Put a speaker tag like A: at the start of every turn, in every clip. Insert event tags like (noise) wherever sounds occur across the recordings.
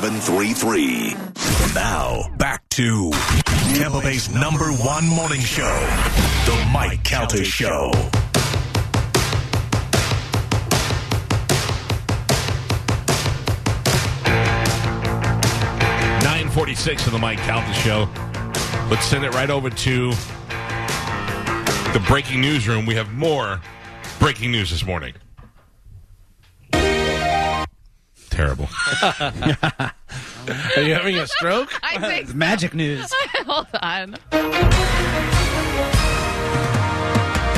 A: 3733. Now, back to Tampa Bay's number one morning show, The Mike Calter Show.
B: Nine forty-six of the Mike Calta Show. Let's send it right over to the breaking news room. We have more breaking news this morning. Terrible.
C: Are you having a stroke?
D: (laughs)
E: I think.
F: (laughs) Magic news.
E: Hold on.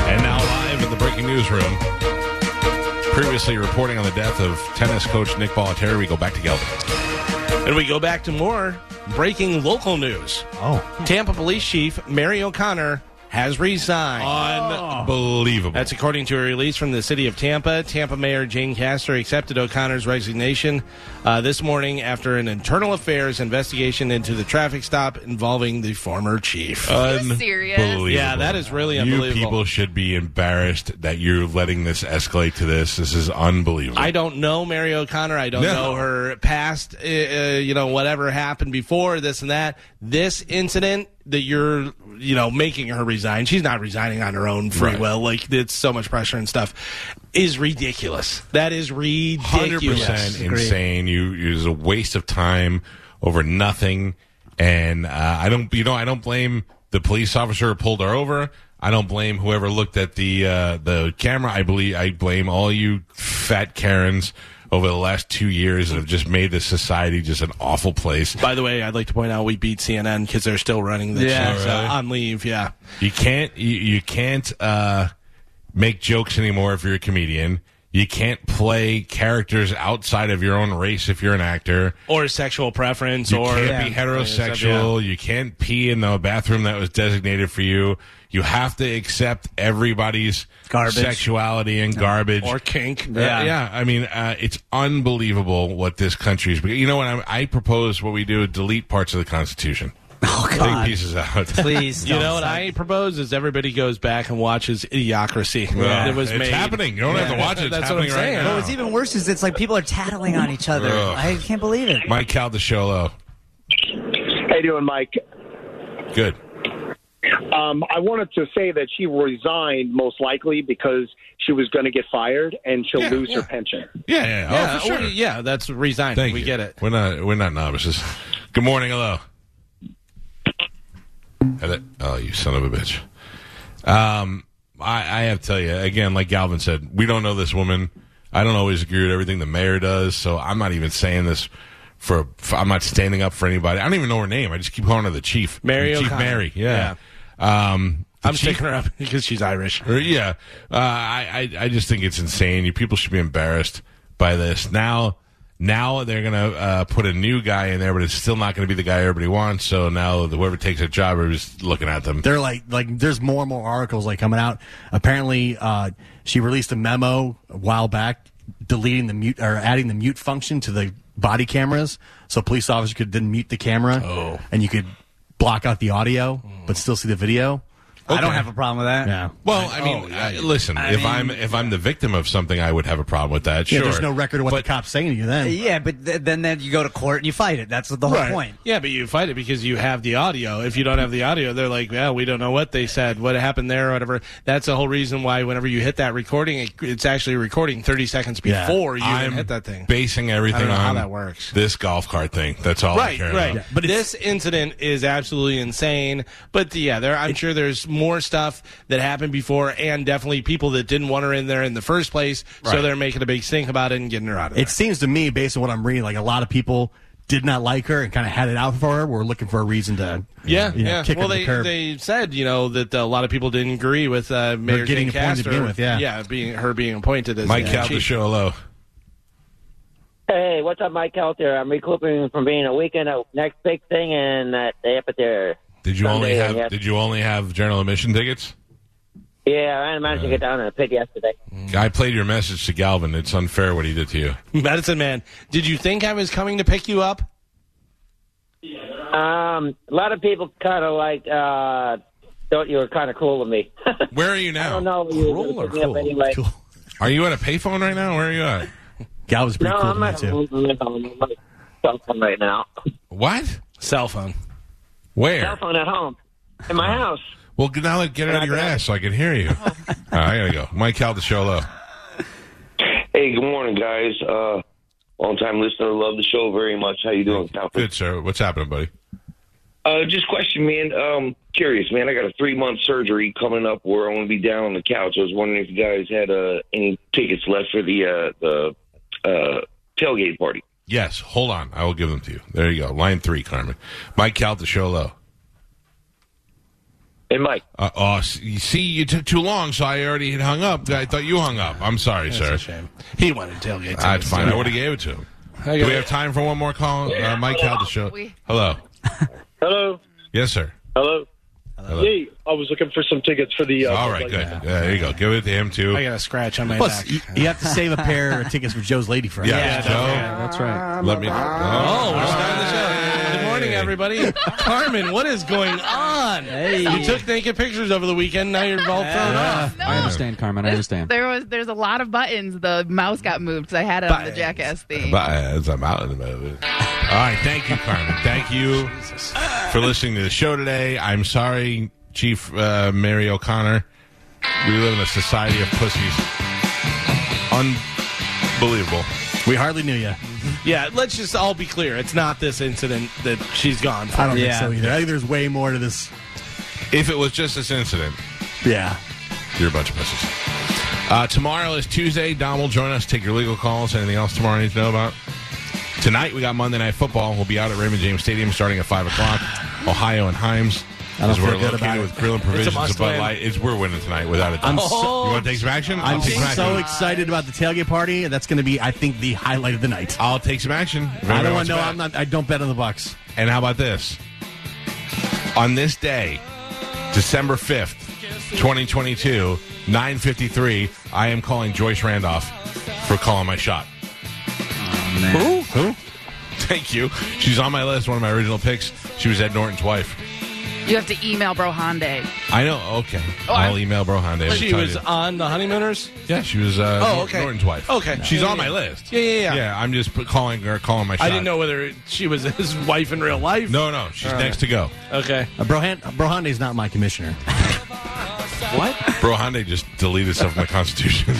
B: And now live in the breaking news room. Previously reporting on the death of tennis coach Nick Bollettieri, we go back to Gelb.
C: And we go back to more breaking local news.
F: Oh.
C: Tampa Police Chief Mary O'Connor has resigned.
B: Oh. Unbelievable.
C: That's according to a release from the city of Tampa. Tampa Mayor Jane Castor accepted O'Connor's resignation uh, this morning after an internal affairs investigation into the traffic stop involving the former chief.
E: you serious?
B: Unbelievable.
C: Yeah, that is really unbelievable.
B: Oh, You people should be embarrassed that you're letting this escalate to this. This is unbelievable.
C: I don't know Mary O'Connor. I don't
B: No.
C: know her past. Uh, uh, you know whatever happened before this and that. This incident that you're you know making her resign. She's not resigning on her own free
B: Right.
C: will. Like it's so much pressure and stuff is ridiculous. That is
B: hundred
C: ridiculous.
B: percent insane. You it was a waste of time over nothing. And uh, I don't, you know, I don't blame the police officer who pulled her over. I don't blame whoever looked at the uh, the camera. I believe I blame all you fat Karens over the last two years that have just made this society just an awful place.
C: By the way, I'd like to point out we beat CNN because they're still running the
F: Yeah.
C: show
B: Oh, really?
C: uh, on leave. Yeah,
B: You can't you, you can't uh, make jokes anymore if you're a comedian. You can't play characters outside of your own race if you're an actor.
C: or sexual preference,
B: You
C: or
B: can't be
C: Yeah.
B: heterosexual. You can't pee in the bathroom that was designated for you. You have to accept everybody's
F: Garbage.
B: sexuality and garbage.
C: or kink.
B: Uh, yeah. I mean, uh, it's unbelievable what this country's. You know what? I, I propose what we do: delete parts of the Constitution,
F: Oh,
B: take
F: God.
B: pieces out.
F: Please.
C: You
F: don't.
C: know what I propose is everybody goes back and watches Idiocracy.
B: Yeah.
C: It was
B: it's
C: made.
B: happening. You don't have to watch it. It's
C: That's what I'm
B: happening right
C: saying.
B: now.
C: Well,
F: What's even worse is it's like people are tattling on each other.
B: Ugh.
F: I can't believe
B: (laughs)
F: it.
B: Mike Caldesciolo.
G: How you doing, Mike?
B: Good.
G: Um, I wanted to say that she resigned most likely because she was going to get fired and she'll
B: Yeah,
G: lose
B: yeah.
G: her pension.
B: Yeah, yeah, yeah.
C: Yeah,
B: oh, for sure.
C: we- yeah, that's resigning.
B: Thank
C: we
B: you.
C: get it.
B: We're not we're not novices. (laughs) Good morning, hello. Hello. Oh, you son of a bitch. Um, I, I have to tell you again, like Galvin said, we don't know this woman. I don't always agree with everything the mayor does, so I'm not even saying this for. for I'm not standing up for anybody. I don't even know her name. I just keep calling her the chief,
C: Mary
B: Chief
C: O'Connor.
B: Mary. Yeah. Um, the
C: I'm
B: chief-
C: sticking her up (laughs) because she's Irish.
B: or, yeah, uh, I, I I just think it's insane. You people should be embarrassed by this. Now, now they're gonna uh, put a new guy in there, but it's still not gonna be the guy everybody wants. So now whoever takes a job, everybody's looking at them.
H: they're like like there's more and more articles like coming out. Apparently, uh, she released a memo a while back deleting the mute or adding the mute function to the body cameras, so a police officer could then mute the camera,
B: Oh.
H: and you could block out the audio
C: Hmm.
H: but still see the video.
F: I don't have a problem with that.
H: Yeah.
B: Well, I mean, I- listen, if I'm if I'm the victim of something, I would have a problem with that.
H: Yeah,
B: sure,
H: there's no record of what
B: But-
H: the cop's saying to you then.
F: Yeah, but th- then, then you go to court and you fight it. That's the whole point.
C: Yeah, but you fight it because you have the audio. If you don't have the audio, they're like, yeah, we don't know what they said, what happened there, or whatever. That's the whole reason why whenever you hit that recording, it, it's actually recording 30 seconds
H: Yeah.
C: before you even
B: I'm
C: hit that thing.
B: basing everything
C: I don't know
B: on
C: how that works.
B: This golf cart thing. That's all I
C: Right,
B: care
C: right.
B: about.
C: But this incident is absolutely insane. But yeah, there I'm sure there's more stuff that happened before, and definitely people that didn't want her in there in the first place. So
B: Right.
C: they're making a big stink about it and getting her out of there.
H: It seems to me, based on what I'm reading, like a lot of people did not like her and kind of had it out for her. Were looking for a reason to
C: yeah,
H: you know,
C: yeah.
H: kick
C: Well,
H: her to
C: they
H: the curb.
C: they said you know that a lot of people didn't agree with uh, Mayor
H: getting
C: Jane
H: appointed to
C: Castor,
H: begin with, yeah.
C: yeah, being her being appointed as
B: Mike
C: the
B: yeah,
C: chief.
B: show hello.
I: Hey, what's up, Mike out there? I'm recouping from being a weekend of next big thing and uh, that amphitheater.
B: Did you only
I: Sunday,
B: have
I: yeah.
B: Did you only have journal admission tickets?
I: Yeah, I managed to get down on a pit yesterday.
B: I played your message to Galvin. It's unfair what he did to you.
C: (laughs) Medicine Man. Did you think I was coming to pick you up?
I: Um, a lot of people kind of like uh, thought you were kind of cool to me. (laughs)
B: Where are you now?
I: I don't know. if You were gonna pick me up anyway.
H: cool.
B: Are you at a payphone right now? Where are you at?
H: Gal was pretty
I: No,
H: cool to
I: I'm
H: me
I: not.
H: too.
I: cell phone right now.
B: What?
C: Cell phone.
B: Where?
I: Cell phone at home. In my house.
B: Well, g- now let- get it out of your ass so I can hear you.
I: Oh.
B: (laughs) All right, I gotta go. Mike Cal the show low.
E: Hey, good morning, guys. Uh, long time listener, love the show very much. How you doing, Cal?
B: Good sir, what's happening, buddy?
E: Uh, just question, man. Um, curious, man. I got a three month surgery coming up where I'm gonna be down on the couch. I was wondering if you guys had uh, any tickets left for the uh, the uh, tailgate party.
B: Yes, hold on. I will give them to you. There you go. Line three, Carmen. Mike Cal the show low.
E: Hey, Mike.
B: Uh, oh, s- you see, you took too long, so I already had hung up. I thought you hung up. I'm sorry, sir.
C: Shame. He wanted tailgate.
B: That's
C: tickets.
B: fine. I would have gave it to him.
C: I
B: Do
C: got
B: we
C: it.
B: have time for one more call? Uh, Mike Cal the show.
D: We-
B: Hello.
G: Hello.
B: Yes, sir.
G: Hello. Hello. Yeah, I was looking for some tickets for the. Uh,
B: All right,
G: like-
B: good. Yeah, there you go. Give it to him too.
C: I got a scratch on my
H: Plus,
C: back.
H: you, you have to save a pair of tickets for Joe's lady friend.
B: Yeah,
H: that's right.
B: Joe, let me. Oh,
C: We're starting the show. Good morning, everybody. Carmen, what is going on?
F: Hey.
C: You took naked pictures over the weekend. Now you're all thrown off.
D: No.
J: I understand, Carmen. I understand.
D: There was there's a lot of buttons. The mouse got moved because I had it on the jackass theme.
B: But as I'm out in the middle of it. All right, thank you, Carmen. Thank you for listening to the show today. I'm sorry, Chief uh, Mary O'Connor. We live in a society of pussies. Unbelievable.
H: We hardly knew you.
C: Yeah, let's just all be clear. It's not this incident that she's gone.
H: I don't
F: Yeah.
H: think so either. I think there's way more to this.
B: If it was just this incident,
H: Yeah.
B: you're a bunch of pussies. Uh, tomorrow is Tuesday. Dom will join us. Take your legal calls. Anything else tomorrow I need to know about? Tonight we got Monday Night Football. We'll be out at Raymond James Stadium starting at five o'clock. Ohio and Himes.
H: I don't
B: As we're
H: feel good
B: located
H: about it.
B: with Grill and Provisions of Bud
C: must-win.
B: Light, it's we're winning tonight without a doubt.
H: so-
B: you want to take some action?
H: I'm
B: I'll take some
H: so
B: action.
H: excited about the tailgate party. That's going to be, I think, the highlight of the night.
B: I'll take some action. If
H: I
B: anybody
H: don't want
B: wants
H: to
B: to
H: know.
B: bet.
H: I'm not. I don't bet on the Bucks.
B: And how about this? On this day, December 5th, 2022, 9:53, I am calling Joyce Randolph for calling my shot.
H: Who?
B: Thank you. She's on my list, one of my original picks. She was Ed Norton's wife.
D: you have to email Bro Hyundai.
B: I know. Okay.
D: Oh,
B: I'll
D: I-
B: email Bro Hyundai. I'll
C: She
B: tell
C: was
B: you.
C: on the honeymooners.
B: Yeah, she was uh,
C: Oh,
B: Nor-
C: okay.
B: Norton's wife.
C: Okay.
B: She's
C: Yeah,
B: on
C: yeah,
B: my
C: yeah.
B: list.
C: Yeah, yeah, yeah.
B: I'm just p- calling her, calling my shot.
C: I didn't know whether she was (laughs) his wife in real life.
B: No, no. She's next to go.
C: Okay.
H: Uh, Brohan, Brohande's not my commissioner.
B: Bro Hyundai just deleted stuff from the Constitution.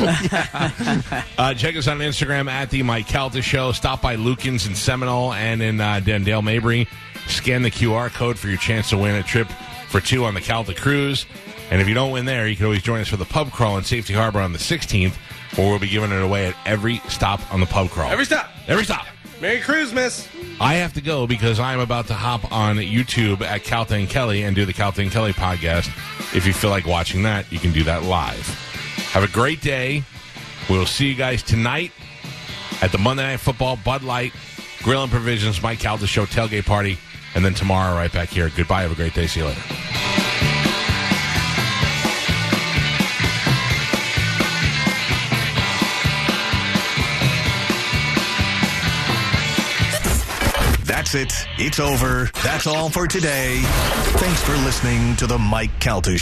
B: uh, check us on Instagram at the Mike Calta Show. Stop by Lukens in Seminole and in uh, Dendale Mabry. Scan the QR code for your chance to win a trip for two on the Calta Cruise. And if you don't win there, you can always join us for the pub crawl in Safety Harbor on the 16th, where we'll be giving it away at every stop on the pub crawl.
C: Every stop.
B: Every stop.
C: Merry Christmas.
B: I have to go because I'm about to hop on YouTube at Calta and Kelly and do the Calta and Kelly podcast. If you feel like watching that, you can do that live. Have a great day. We'll see you guys tonight at the Monday Night Football Bud Light Grill and Provisions Mike Calta Show tailgate party, and then tomorrow right back here. Goodbye. Have a great day. See you later.
A: That's it. It's over. That's all for today. Thanks for listening to the Mike Calta